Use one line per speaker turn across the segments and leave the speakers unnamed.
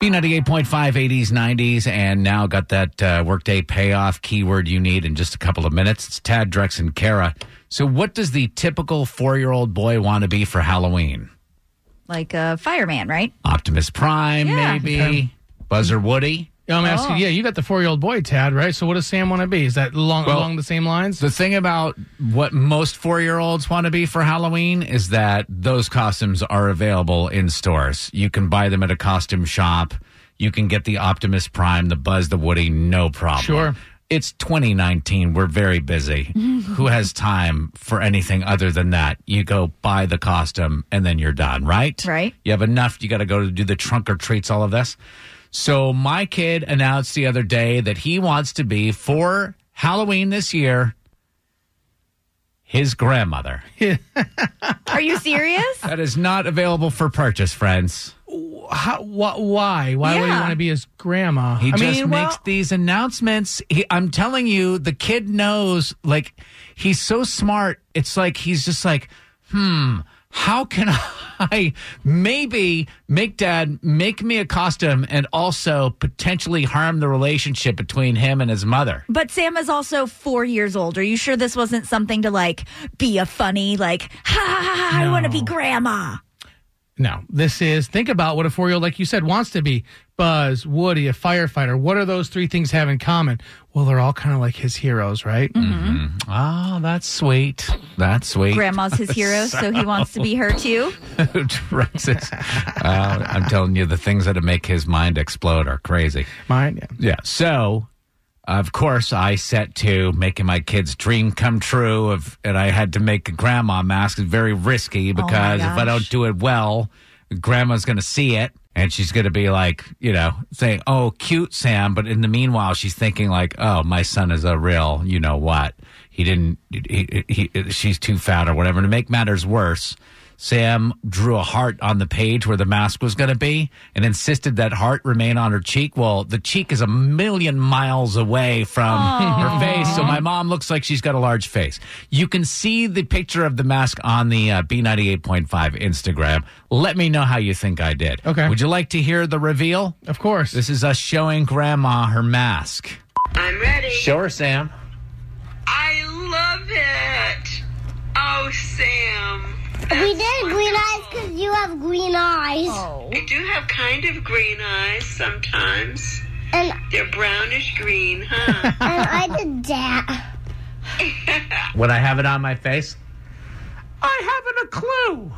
B98.5, 80s, 90s, and now got that uh, workday payoff keyword you need in just a couple of minutes. It's Tad, Drex, and Kara. So, what does the typical four year old boy want to be for Halloween?
like a fireman, right?
Optimus Prime,
Yeah.
maybe? Buzzer Woody?
Yeah, I'm asking.
Oh.
Yeah, you got the four year old boy, Tad, right? So what does Sam want to be? Is that along,
Well-
along the same lines?
The thing about what most four year olds want to be for Halloween is that those costumes are available in stores. You can buy them at a costume shop. You can get the Optimus Prime, the Buzz, the Woody, no problem.
Sure.
It's 2019. We're very busy. Who has time for anything other than that? You go buy the costume and then you're done, right?
Right.
You have enough. You got to go to do the trunk or treats, all of this. So my kid announced the other day that he wants to be for Halloween this year his grandmother.
Are you serious?
That is not available for purchase, friends.
How, wh- why? Why would he
Yeah.
want to be his grandma?
He
I
just
mean,
makes
well,
these announcements. He, I'm telling you, the kid knows. Like he's so smart. It's like he's just like, hmm. How can I maybe make dad make me a costume and also potentially harm the relationship between him and his mother?
But Sam is also four years old. Are you sure this wasn't something to like be a funny, like, ha ha ha, ha I want to be grandma?
no. This is think about what a four year old, like you said, wants to be. Buzz, Woody, a firefighter. What are those three things have in common? Well, they're all kind of like his heroes, right?
Mm-hmm.
Oh, that's sweet. That's sweet.
Grandma's his hero, so he wants to be her too.
Rex is- uh, I'm telling you, the things that make his mind explode are crazy.
Mine. Yeah.
Yeah. So, of course, I set to making my kid's dream come true. Of and I had to make a grandma mask. It's very risky because if I
gosh.
don't do it well, grandma's going to see it and she's going to be like, you know, saying, "Oh, cute Sam," but in the meanwhile, she's thinking like, "Oh, my son is a real, you know what? He didn't. He, he, he she's too fat or whatever." To make matters worse. Sam drew a heart on the page where the mask was going to be and insisted that heart remain on her cheek. Well, the cheek is a million miles away from her face, so my mom looks like she's got a large face. You can see the picture of the mask on the uh, B98.5 Instagram. Let me know how you think I did.
Okay.
Would you like to hear the reveal?
Of course.
This is us showing Grandma her mask.
I'm ready.
Show her, Sam.
I love it. Oh, Sam.
We did green eyes because you have green eyes.
I do have kind of green eyes sometimes.
And,
They're brownish green, huh?
and I did that.
Would I have it on my face?
You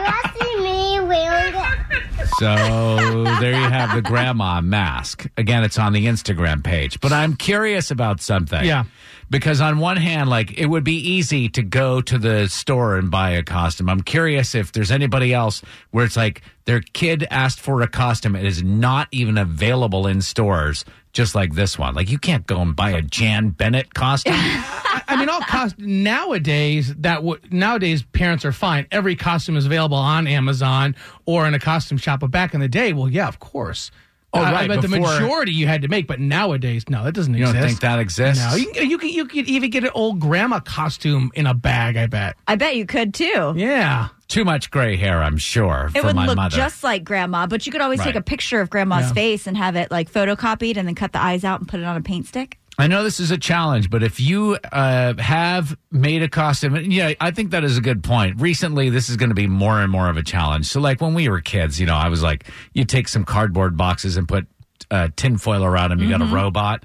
want to see me wearing it?
So there you have the grandma mask. Again, it's on the Instagram page. But I'm curious about something.
Yeah.
Because on one hand, like it would be easy to go to the store and buy a costume. I'm curious if there's anybody else where it's like their kid asked for a costume. It is not even available in stores, just like this one. Like you can't go and buy a Jan Bennett costume.
I mean, all cost nowadays that w- nowadays parents are fine. Every costume is available on Amazon or in a costume shop. But back in the day, well, yeah, of course.
Oh,
I- I
right,
bet the
before-
majority you had to make, but nowadays, no, that doesn't
you don't
exist.
think that exists?
No, you, can- you can you could even get an old grandma costume in a bag. I bet.
I bet you could too.
Yeah,
Too much gray hair, I'm sure,
It
for
would
my
look
mother.
just like grandma, but you could always
Right.
take a picture of grandma's
Yeah.
face and have it like photocopied and then cut the eyes out and put it on a paint stick.
I know this is a challenge, but if you uh, have made a costume, and yeah, I think that is a good point. Recently, this is going to be more and more of a challenge. So, like when we were kids, you know, I was like, you take some cardboard boxes and put uh, tinfoil around them, you got a robot.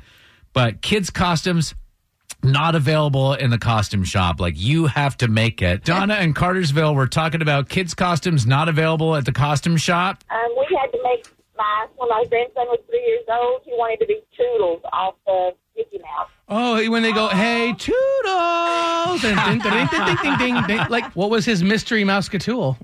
But kids' costumes, not available in the costume shop. Like you have to make it. Donna and Cartersville were talking about kids' costumes not available at the costume shop.
Um, we had to make my when my grandson was three years old. He wanted to be Toodles off of Mickey Mouse.
Oh, when they go, hey, Toodles! And ding, ding, ding, ding, ding, ding, ding. Like, what was his mystery mouse tool?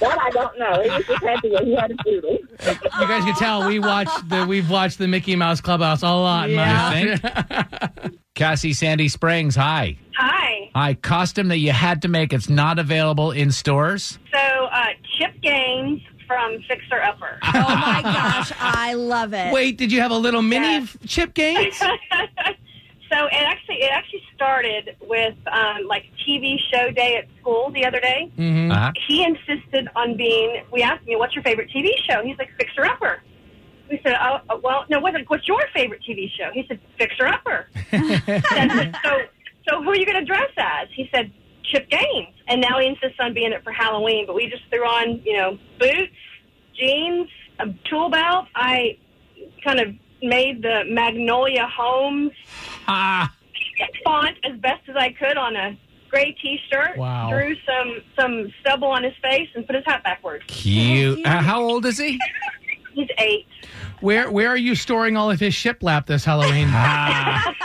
That I don't know. He was just happy that he had a doodle.
You guys can tell we watched the we've watched the Mickey Mouse Clubhouse a lot. in my-
You think? Cassie Sandy Springs, hi.
Hi.
Hi, costume that you had to make. It's not available in stores.
So, uh, Chip Gaines from Fixer Upper.
Oh my gosh, I love it.
Wait, did you have a little mini f- chip games?
so it actually it actually started with um, like TV show day at school the other day.
Uh-huh.
He insisted on being. We asked him, "What's your favorite TV show?" He's like Fixer Upper. We said, "Oh, uh, well, no. What's what's your favorite TV show?" He said, "Fixer Upper." I said, so, so who are you going to dress as? He said, Chip Gaines. And now he insists on being it for Halloween, but we just threw on, you know, boots, jeans, a tool belt. I kind of made the Magnolia Homes
Ah,
font as best as I could on a gray T-shirt.
Wow.
Drew some, some stubble on his face and put his hat backwards.
cute. Uh, how old is he?
He's eight.
Where where are you storing all of his shiplap this Halloween?
Ah,